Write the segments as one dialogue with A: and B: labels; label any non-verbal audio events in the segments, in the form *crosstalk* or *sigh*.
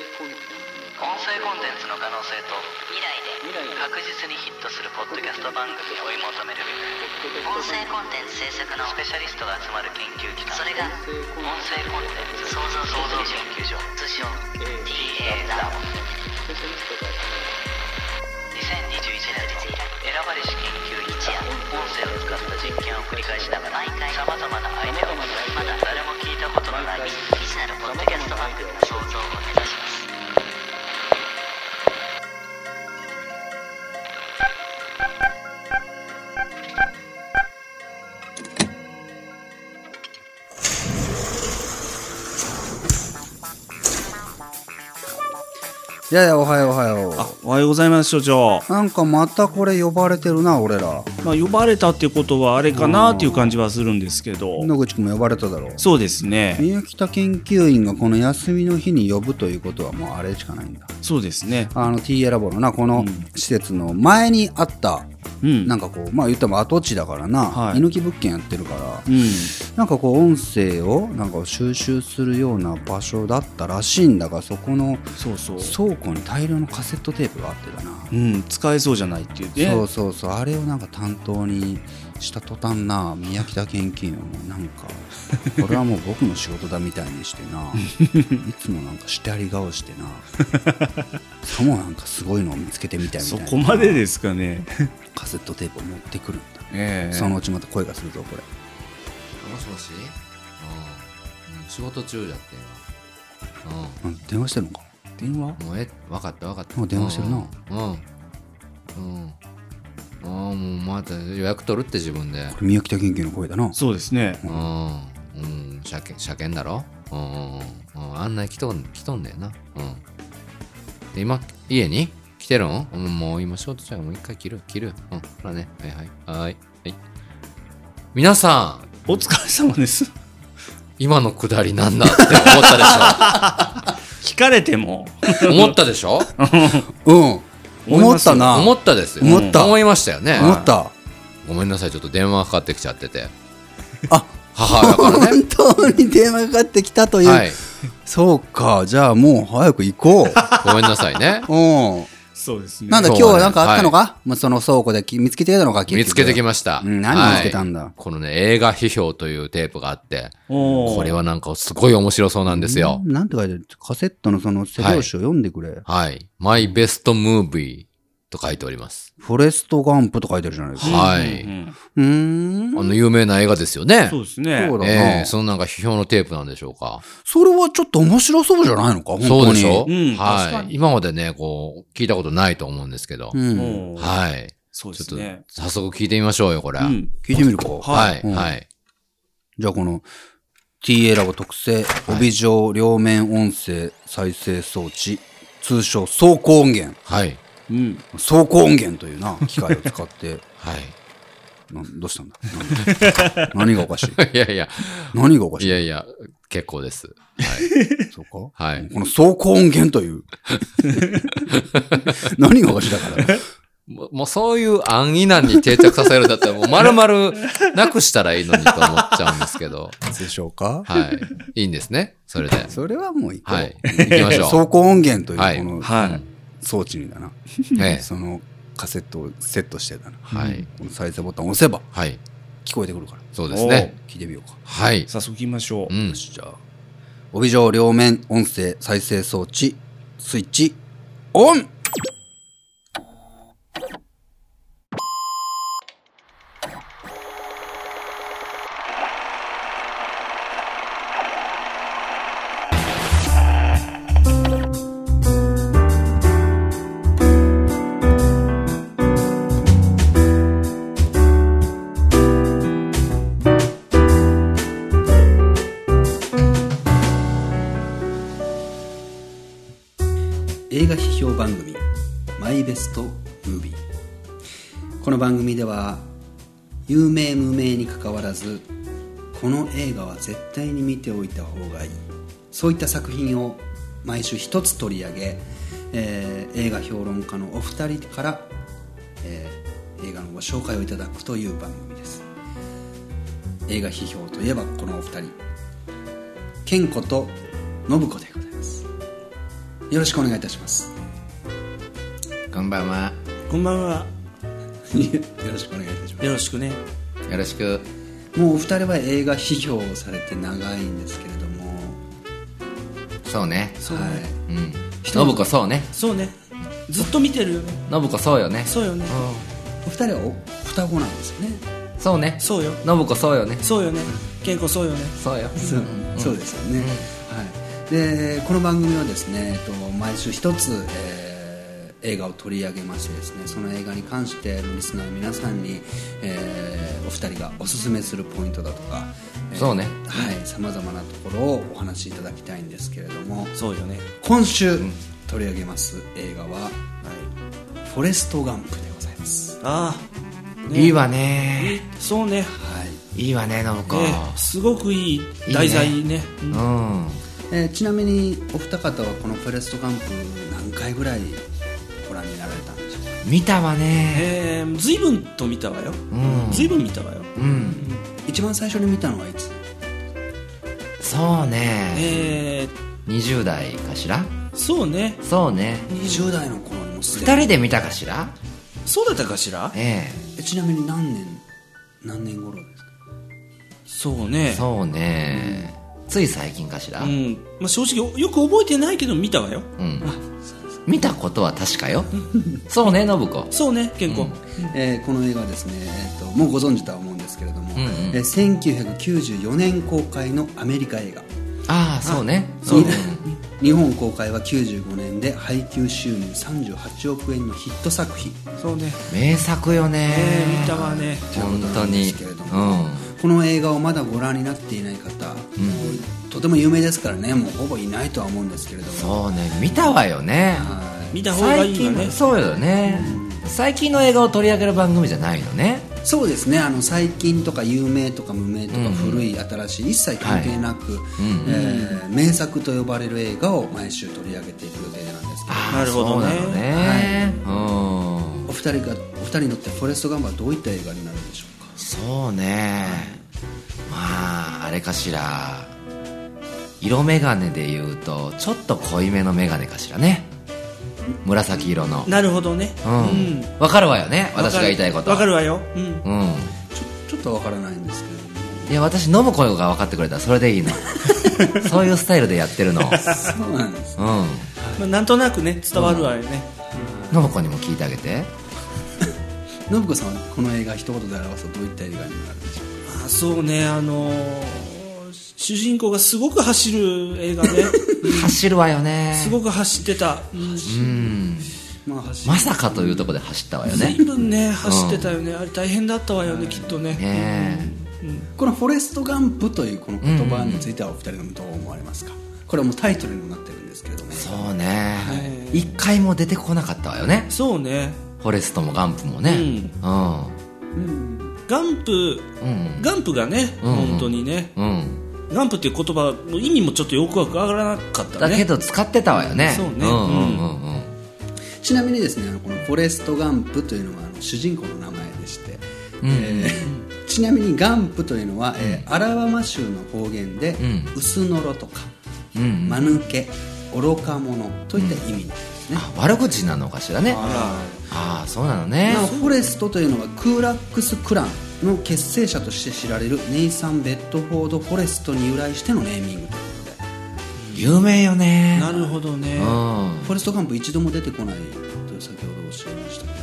A: 音声コンテンツの可能性と未来で確実にヒットするポッドキャスト番組を追い求める音声コンテンツ制作のスペシャリストが集まる研究機関それが音声コンテンツ創造創造研究所通称 TA ラボ2021年度選ばれし研究一や音声を使った実験を繰り返しながら毎回さまざまなアイデアをまだ誰も聞いたことのない未知なるポッドキャスト番組の創造を目指します
B: いやいや、おはようおはよ
C: あおはようございます所長、
B: う。なんかまたこれ呼ばれてるな、俺ら。
C: まあ、呼ばれたっていうことはあれかなっていう感じはするんですけど
B: 野口くんも呼ばれただろう。
C: そうですね
B: 宮北研究員がこの休みの日に呼ぶということはもうあれしかないんだ。
C: そうですね
B: あの TA ラボのな、この施設の前にあった、
C: うん
B: なんかこう、まあ言っても跡地だからな、
C: はい
B: 猪木物件やってるから、
C: うん
B: なんかこう音声をなんか収集するような場所だったらしいんだが、そこの
C: そうそ
B: 倉
C: う、
B: 庫に大量のカセットテープがあってだな。
C: うん、使えそうじゃないっていうね
B: そうそうそうあれをなんか担当にした途端な宮北研究員はもうなんかこれはもう僕の仕事だみたいにしてないつもなんかしてあり顔してなさもなんかすごいのを見つけてみたいみた
C: そ
B: いな
C: こまでですかね
B: カセットテープを持ってくるんだ、
C: え *laughs* え
B: そのうちまた声がするぞこれ
D: もしもしああうん仕事中じゃって今あ
B: あ電話してるのか電話
D: あもうええわかったわかった
B: もう電話してるな
D: うんうんうんああもうまた予約取るって自分で
B: これ宮北研究員の声だな
C: そうですね
D: うんうん車検車検だろうんうんうんうん案内来とん来とんだよなうんで今家に来てるんうんもう今仕事中やもう一回切る切るうんほらねはいはいはーいはい皆さん
C: お疲れ様です
D: 今のくだりなんだって思ったでしょ
C: 聞かれ
D: *laughs*
C: ても
D: 思ったでしょ
B: うん
C: 思い
B: 思
C: ま
B: っ
C: すよ
B: たな
D: 思ったですよ
B: 思った
D: 思いましたよね
B: 思った
D: ごめんなさいちょっと電話かかってきちゃってて
B: あ
D: 母親
B: *laughs*
D: からね
B: 本当に電話かかってきたという、
D: はい
B: そうかじゃあもう早く行こ
D: *laughs*
B: う
D: ごめんなさ
B: *laughs*
D: いね
B: うん
C: そうですね
B: なんだ
D: そ
B: 今
D: う
B: 日は何かあったのか、
D: は
B: まあ、その倉庫でき見つけてきたのか
D: 見つけてき
B: ま
D: ました
B: うん何
D: はい
B: 見つけたんだ
D: このね映画批評というテープがあって
C: おー
D: これはなんかすごい面白そうなんですよ
B: なんて書いてあるカセットのその背表紙を読んでくれ、
D: はいマイベストムービーと書いております
B: フォレストガンプと書いてあるじゃないですか
D: は
C: う
D: い
C: ん
B: うーん
D: あの有名な映画ですよね
C: そうですね
B: そうだな、
D: ええそのなんか批評のテープなんでしょうか
B: それはちょっと面白そうじゃないのか本当に
D: そうでしょ
C: うん確か
D: は
C: に
D: い今までねこう聞いたことないと思うんですけど
B: うん、
C: もう
D: はい
C: そうで
D: ち
C: す
D: ょっと
C: ね
D: 早速聞いてみましょうよこれ
C: う
D: は
C: ん
B: 聞いてみるか、
D: はい、
B: うん
D: はい。
B: じゃあこの TA ラボ特製帯状両面音声再生装置、通称走行音源
D: はい。
C: うん
B: 走行音源というな機械を使って
D: はい。 *laughs*
B: なんどうしたんだなんで何がおかし
D: *laughs*
B: い
D: いやいや、
B: 何がおかしい
D: いやいや、結構です。
B: そうか
D: はい。
B: この走行音源という。 *laughs* 何がおかしいだから。
D: *laughs* もうもうそういう安易難に定着させるんだったら、もう丸々なくしたらいいのにと思っちゃうんですけど。
B: でしょうか
D: はい。いいんですね。それで。
B: それはもういこう
D: はい。行きましょ
B: 走行音源と
D: はいいう
B: この
C: はい
B: 装置にだな。
D: う。ね。
B: そのカセットをセットしてだな。
D: はい。
B: この再生ボタンを押せば
D: はい。
B: 聞こえてくるから。
D: そうですね。
B: 聞いてみようか。
D: はい。
C: 早速行きましょ
D: う
C: うん
B: よ。し、じゃあ。帯状両面音声再生装置、スイッチ、オン映画批評番組「マイベストムービー」この番組では有名無名にかかわらずこの映画は絶対に見ておいた方がいいそういった作品を毎週一つ取り上げ、えー映画評論家のお二人から、えー映画のご紹介をいただくという番組です映画批評といえばこのお二人健子と信子でございますよろしくお願いいたします。
D: こんばんは。
C: こんばんは。
B: よろしくお願いいたしま
C: よろしくね。
D: よろしく。
B: す。もうお二人は映画批評をされて長いんですけれども、
D: そうね。
C: そうね。
B: はい。
D: うん。信子そうね。
C: そうね。ずっと見てるよね。
D: 信子そうよね。
C: そうよね。
B: お二人はお双子なんですよね。
D: そうね。
C: そうよ。
D: 信子そうよね。
C: そうよね。健康そうよね。
D: そうよ。
B: そうそうですよね、はい、でこの番組はですね、えっと、毎週一つ、えー映画を取り上げましてですねその映画に関してリスナーの皆さんに、えーお二人がおすすめするポイントだとか、えー
D: そうね
B: はいさまざまなところをお話しいただきたいんですけれども
C: そうよね。
B: 今週取り上げます映画は
C: はい。
B: 「フォレスト・ガンプ」でございます
C: ああ。ね
D: いい。わね。
C: そうね。
B: はい
D: いいわね、信子。
C: ねすごくいい題材ね。うん
D: うん。
B: えーちなみにお二方はこの「フォレスト・ガンプ」何回ぐらいご覧になられたんでしょうか
D: 見たわね。
C: えー、随分と見たわよ。
D: うん
C: 随分見たわよ。
D: うん。
B: 一番最初に見たのはいつ
D: そうね。
C: え
D: 20代かしら
C: ー、そうね。
D: そうね。
B: 20代の頃にもすで
D: 二
B: に
D: 人で見たかしら
C: そうだったかしら
D: え
B: えちなみに何年何年頃ですか
C: そうね
D: え。。そうね。つい最近かしら
C: うん。まあ、正直、よく覚えてないけど見たわよ。
D: うん。見たことは確かよ。そうね、信子。
C: そうね、健康。
B: えーこの映画はですね、えーともうご存知とは思うんですけれども、
D: うんうん
B: えー1994年公開のアメリカ映画
D: ああ、そうね。
B: そう
D: ね。
B: 日本公開は95年で配給収入38億円のヒット作品
C: そうね。
D: 名作よね。
C: えー、見たわね。
D: 本当
B: とい
D: に
B: うことなんですけれども
D: う
B: この映画をまだご覧になっていない方、とても有名ですからねもうほぼいないとは思うんですけれども
D: んそうね見たわよね
B: はい
C: 見た方がいいよ
D: 最
C: ね
D: 近。そうよね最近の映画を取り上げる番組じゃないのね
B: そうですねあの最近とか有名とか無名と
D: うんう
B: か
D: ん
B: 古い新しい、一切関係なく、
D: ん
B: えー名作と呼ばれる映画を毎週取り上げていく予定なんですけど
D: あー
C: なるほどね
D: そうなのねうん
B: お二人がお二人にとって「フォレスト・ガンバ」はどういった映画になるんでしょうか
D: そうねまああれかしら色眼鏡で言うとちょっと濃いめの眼鏡かしらね紫色の
C: なるほどね。
D: うんわ、
C: うん。
D: かるわよね私が言いたいこと
C: わかるわよ。うん。
D: うん
B: ちょちょっとわからないんですけれども
D: いや私飲む声が分かってくれたらそれでい
C: *laughs*
D: いのそういうスタイルでやってるの
B: そうなんです
D: うん
C: まあ、なんとなくね、伝わるわよね。
D: 信子にも聞いてあげて
B: 信子さんはこの映画一言で表すとどういった映画になるんでしょう
C: あそうね、あのー主人公がすごく走る映画ね。
D: 走るわよね
C: すごく走ってた。うん
D: うん
B: か、まあ、走
D: まさかというところで走ったわよね
C: 随分ね、走ってたよね。あれ大変だったわよね、きっとね。
D: ね
B: この「フォレスト・ガンプ」というこの言葉についてはお二人のどう思われますか、これはもうタイトルにもなってるんですけれども
D: えそうね
C: はい
D: 一回も出てこなかったわよね
C: そうね。
D: フォレストもガンプもねう
C: ガンプ、
D: んうん
C: ガンプがね、
D: うん
C: 本当にね。
D: うん
C: ガンプっていう言葉の意味もちょっとよくわからなかったね。
D: だけど使ってたわよね
C: そうね
D: んうんうんうん
B: ちなみにですねあのこのフォレスト・ガンプというのはあの主人公の名前でして、えーちなみにガンプというのは、えーアラバマ州の方言で、
D: ん
B: 薄のろとか、
D: うんうん
B: 間抜け愚か者といった意味なんですね、
D: あ悪口なのかしらね
C: あ
D: ああそうなのね
B: なおフォレストというのはクーラックス・クランの結成者として知られるネイサン・ベッドフォード・フォレストに由来してのネーミングということで
D: 有名よね
C: なるほどね。
D: うん
B: フォレスト・ガンプ一度も出てこないと先ほどおっしゃいましたけど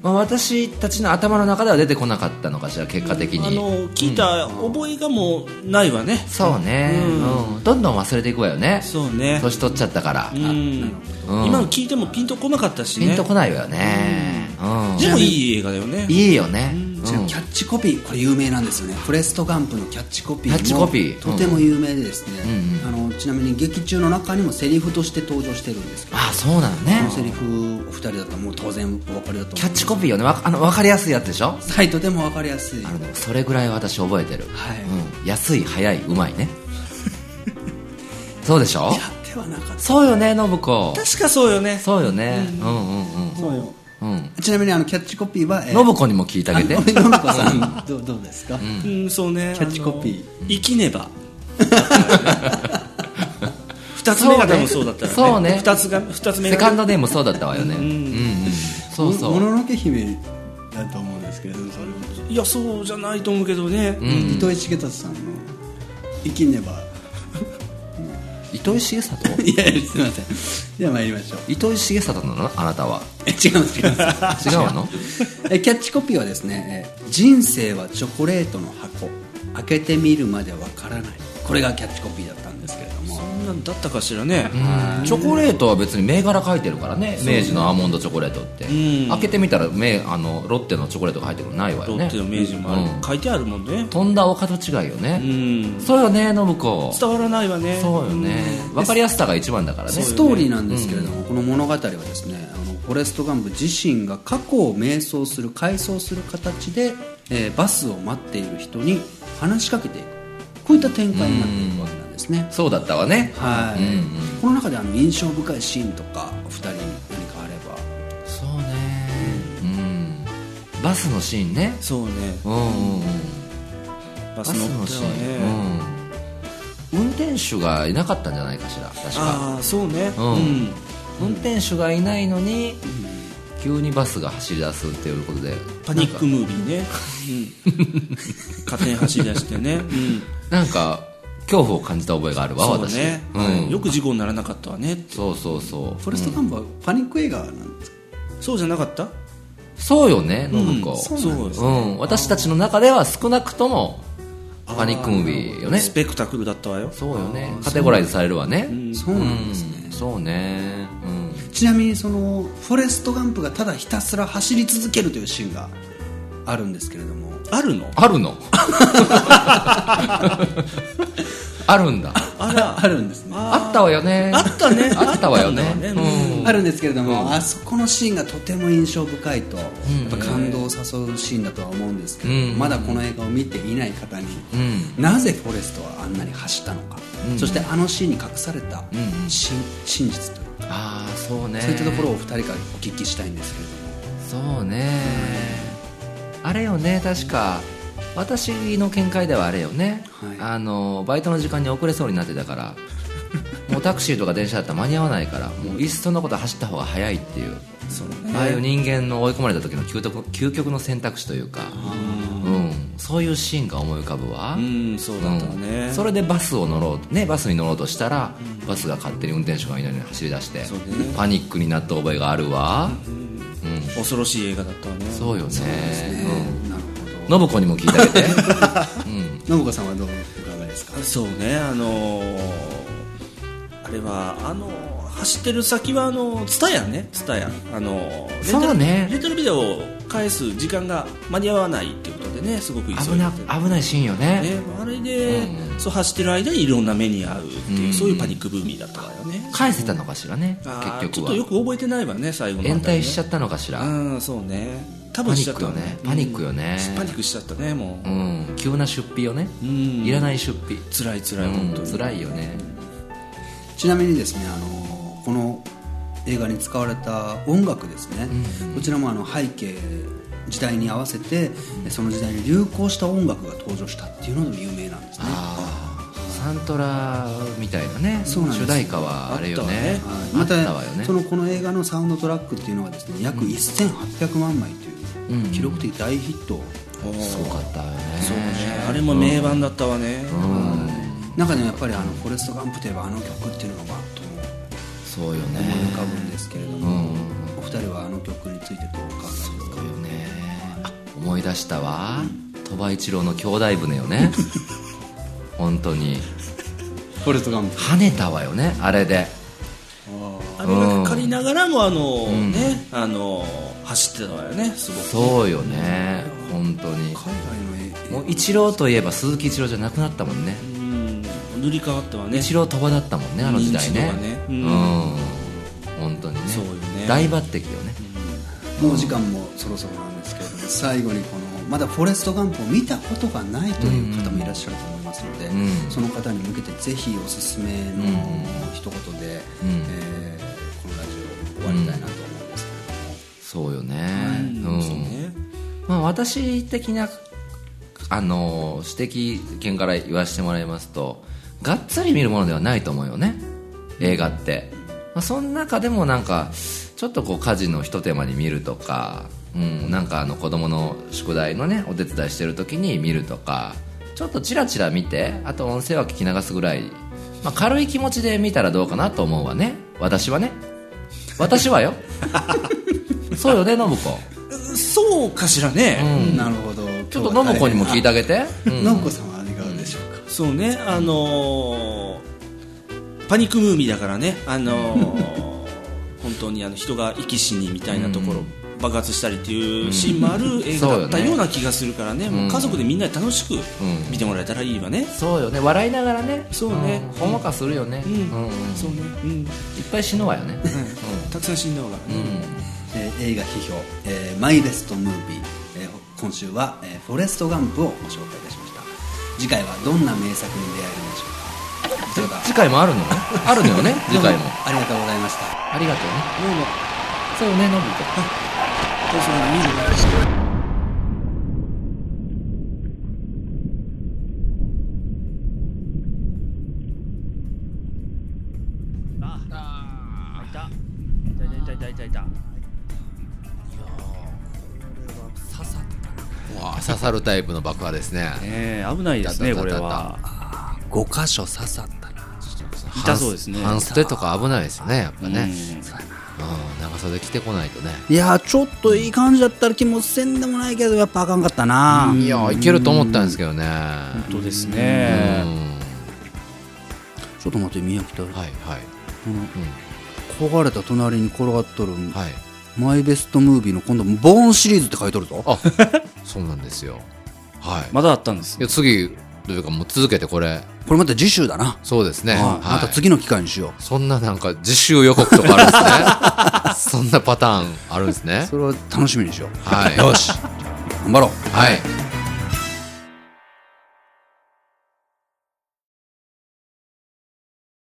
D: まあ、私たちの頭の中では出てこなかったのかしら結果的
C: あ
D: に、
C: の聞いた覚えがもうないわね、
D: そうね、
C: うん
D: うんどんどん忘れていくわよね
C: そうね
D: 年取っちゃったから、
C: うん、
D: うん
C: 今の聞いてもピンとこなかったしね
D: ピンとこないわよね、うん
C: でもいい映画だよね
D: いいよね、うん
B: ちなみにキャッチコピーこれ有名なんですよねフォレスト・ガンプのキャッチコピーも
D: キャッチコピー
B: とても有名でですね、
D: う
B: あのちなみに劇中の中にもセリフとして登場してるんですけど
D: あそうなの
B: こ
D: ね
B: のセリフお二人だったらもう当然お分かりだと
D: キ
B: 思
D: ャ
B: う
D: ッチコピーよねわあの分かりやすいやつでしょ
B: サイトでも分かりやすい
D: あのねそれぐらい私覚えてる、
B: はい
D: うん、安い早いうまいね *laughs* そうでしょ
B: やってはなかっ
D: そうよね信子
C: 確かそうよね
D: そうよね、うん、うんうん
C: そうよ
D: うんうん
B: たちなみにあのキャッチコピーは、え
D: 信子にも聞いてあげて
B: 信子さん *laughs* どうどうですか、
C: うんそうね
D: *laughs*
B: キャッチコピー
C: あの生きねば二二つ目が多分そうだったよね
D: そうね
C: 二つが二つ目
D: セ
C: が
D: カンドネームそうだったわよね
C: う
D: うんんうんそうそ
B: も
D: う
B: もののけ姫だと思うんですけれどそれも、
C: いやそうじゃないと思うけどね、
D: うんうん
B: 糸井重里さんの「生きねば
D: 糸井重里」
B: いやいやすいませんでは参りましょう
D: 糸井重里なのあなたは
B: え違う違う
D: 違うの
B: えキャッチコピーはですねえ「人生はチョコレートの箱開けてみるまでわからない」これがキャッチコピーだったんですけれども
C: そんなんだったかしらね、
D: チョコレートは別に銘柄書いてるからね明治のアーモンドチョコレートって
C: ん
D: 開けてみたら銘あのロッテのチョコレートが入ってるのないわよ
C: ロ
D: ね
C: ッテの明治もある、
D: うん
C: 書いてあるもんね
D: とんだお門違いよ
C: う
D: ね
C: ん
D: そうよね信子
C: 伝わらないわね
D: そうよね分かりやすさが一番だからね
B: ストーリーなんですけれども、この物語はですねあのフォレスト・ガンプ自身が過去を迷走する回想する形で、えーバスを待っている人に話しかけていくこういった展開になっているわけなんですね、
D: そうだったわね
B: はい、
D: うんうん
B: この中であの印象深いシーンとかお二人に何かあれば
D: そうねうんバスのシーンね
C: そうね
D: うんうんうん
C: バ
D: バ
C: ス
D: ス
C: 乗
D: の
C: って
D: シ
C: たわね、
D: ーンうん運転手がいなかったんじゃないかしら確か
C: ああそうね
D: うん運転手がいないのに、急にバスが走り出すっていうことで
C: パニックムービー
D: *laughs*
C: ね、うん、勝手に走り出してね、うん、
D: なんか恐怖を感じた覚えがあるわ
C: そう
D: 私、
C: ね、
D: うん、
C: よく事故にならなかったわね
D: そうそうそう
B: フォレスト・ガンプはパニック映画なんですか、
C: そうじゃなかった
D: そうよね信子、
C: そうなんです
D: う、ん私たちの中では少なくともパニックムービーよね
C: スペクタクルだったわよ
D: そうよねカテゴライズされるわね
B: そうなんですね、
D: うんそうねうん
B: ちなみにそのフォレスト・ガンプがただひたすら走り続けるというシーンがあるんですけれども
C: あるの
D: ある
C: *laughs*
D: のあるんだ
C: あ
B: *laughs*
C: ら
B: あるんですね
D: あったわよね
C: あったね
D: あったわよね
C: あったんだわね
D: うん
B: あるんですけれども、
D: うん
B: あそこのシーンがとても印象深いと、
D: ん
B: やっぱ感動を誘うシーンだとは思うんですけれども、
D: うん
B: まだこの映画を見ていない方に、
D: うん
B: なぜフォレストはあんなに走ったのか、
D: うん
B: そしてあのシーンに隠された
D: うんうん
B: 真,、真実というか、
D: ああそうね
B: そういったところをお二人からお聞きしたいんですけれども
D: そうねあれよね確か私の見解ではあれよね、
B: はい
D: あのバイトの時間に遅れそうになってたから
B: *laughs*
D: もうタクシーとか電車だったら間に合わないからもういっそのこと走った方が早いっていう
B: そう
D: ああいう人間の追い込まれた時の究極究極の選択肢というか、うん、そういうシーンが思い浮かぶわ、
C: うんそうだったわね、
D: うんそれでバスを乗ろう、ね、バスに乗ろうとしたら、バスが勝手に運転手がいないのに走り出して、
C: そうね
D: パニックになった覚えがあるわ、うん
C: 恐ろしい映画だったわね
D: そうよね
B: なるほ
D: うん信子にも聞いてあげて、 *laughs* うん、
B: ど信子さんはどうお考えですか
C: そうねあのーあれはあのー走ってる先はあのツタヤねツタヤあのーレンタル
D: そうね
C: レンタルビデオを返す時間が間に合わないっていうことでねすごく急いでて
D: 危な危ないシーンよね
C: ね、あれで、
D: うん
C: そう走ってる間にいろんな目に遭うっていう、
D: うん
C: そういうパニックブーミーだったわよね
D: 返せたのかしらね結
C: あーちょ
D: 局
C: っとよ
D: は
C: く覚えてないわね最後の
D: 延滞しちゃ
C: っ
D: ったのかしら、
C: うんそうね多
D: パ
C: 分
D: ニ
C: しちゃ
D: ッ
C: っ
D: ク
C: た
D: よ
C: わ
D: ねパニックよね
C: うんパニックしちゃったねもう、
D: うん、急な出費よね、
C: ん
D: いらない出費
C: 辛い辛い本当
D: うん
C: に、
D: 辛いよね
B: ちなみにですねあのこの映画に使われた音楽ですね、こちらもあの背景時代に合わせてその時代に流行した音楽が登場したっていうのでも有名なんですね
D: あーサントラみたいなね
B: そうなんです
D: 主題歌はあれよね
B: はい
D: あ
B: ま
D: ったわよね
B: そのこの映画のサウンドトラックっていうのはですね約1800万枚という記録的大ヒットを
D: すごかったよね
C: そうねあれも名盤だったわね、
B: 中でもやっぱりあのフォレスト・ガンプといえばあの曲っていうのがバッと
D: そうよね
B: 思い浮かぶんですけれど
D: う
B: も、
D: ん
B: お二人はあの曲についてどうお考えですか
D: そうよねあ思い出したわ鳥羽一郎の兄弟船よね本当に
B: フォレスト・ガンプ
D: 跳ねたわよねあれで
C: あれがかかりながらもあの、ねあの走ってたわよねすごく
D: そうよね本当に
B: 海外の
D: も
B: 映
D: う一郎といえば鈴木一郎じゃなくなったもんね
C: うん塗り替わったわね
D: 一郎鳥羽だったもんねあの時代ね
C: う
D: うんん本当にね
C: そうよね
D: 大抜擢よね
B: もうお時間もそろそろなんですけれども最後にこのまだフォレスト・ガンプを見たことがないという方もいらっしゃると思いますので、
D: うん
B: その方に向けてぜひおすすめの一言で、
D: うん
B: えーこのラジオ終わりたいなと思うんです
D: そうよね
C: う
D: うんん
C: そうね
D: まあ私的なあの指摘見から言わせてもらいますとがっつり見るものではないと思うよね映画って、まあ、その中でもなんかちょっとこう家事のひと手間に見るとか、うん、なんかあの子供の宿題のねお手伝いしてる時に見るとかちょっとチラチラ見てあと音声は聞き流すぐらい、まあ、軽い気持ちで見たらどうかなと思うわね私はね私はよそうよね信子
C: そうかしらね、
B: なるほど
D: ちょっと信子にも聞いてあげて、うん
B: 信子さんはいかがでしょうか
C: そうねあのーパニックムービーだからねあのー本当にあの人が生き死にみたいなところ、爆発したりっていうシーンもある映画だった
D: そうよね
C: ような気がするからねもう家族でみんなで楽しく見てもらえたらいいわね、
D: そうよね笑いながらね
C: そうね
D: んほんわかするよね、
C: う
D: うんんうん
C: そうね、うん、
D: いっぱい死ぬわよね、
C: たくさん死んだ方が、
D: うん
B: えー映画批評、えーマイベストムービー、えー今週は、えーフォレストガンプをご紹介いたしました次回はどんな名作に出会えるんでしょうかそれでは
D: 次回もあるのあるのよね次回も
B: どうありがとうございました
D: ありがとうね
C: どうも
D: そうよねのぶと
C: どうぞ見る
D: わあ刺さるタイプの爆破ですね
E: えー危ないですね、
D: だ
E: こ
D: だ
E: れ
D: だだ
E: は。
D: 5箇所刺さったな
E: 痛そうですね
D: 半ステとか危ないですよねやっぱね、
E: うん
D: うん、長袖着てこないとね
B: いやーちょっといい感じだったら気もせんでもないけどやっぱあかんかったない
D: やいけると思ったんですけどね
E: 本当です
D: うん
E: ね。
B: ちょっと待って宮城太郎
D: はいはい、
B: この
D: う
B: 焦がれた隣に転がっとる、
D: ん、はい
B: マイベストムービーの今度ボーンシリーズって書いとるぞ
D: あそうなんですよはい
E: まだあったんです
D: い。や次というかもう続けてこれ
B: これまた次週だな、
D: そうですね、
B: はい
D: はい
B: また次の機会にしよ
D: そんななんか自習予告とかある
B: *laughs*
D: んですねそんなパターンあるんです
B: う
D: ね
B: それを楽しみにしよう
D: はい
B: よし頑張ろう
D: はい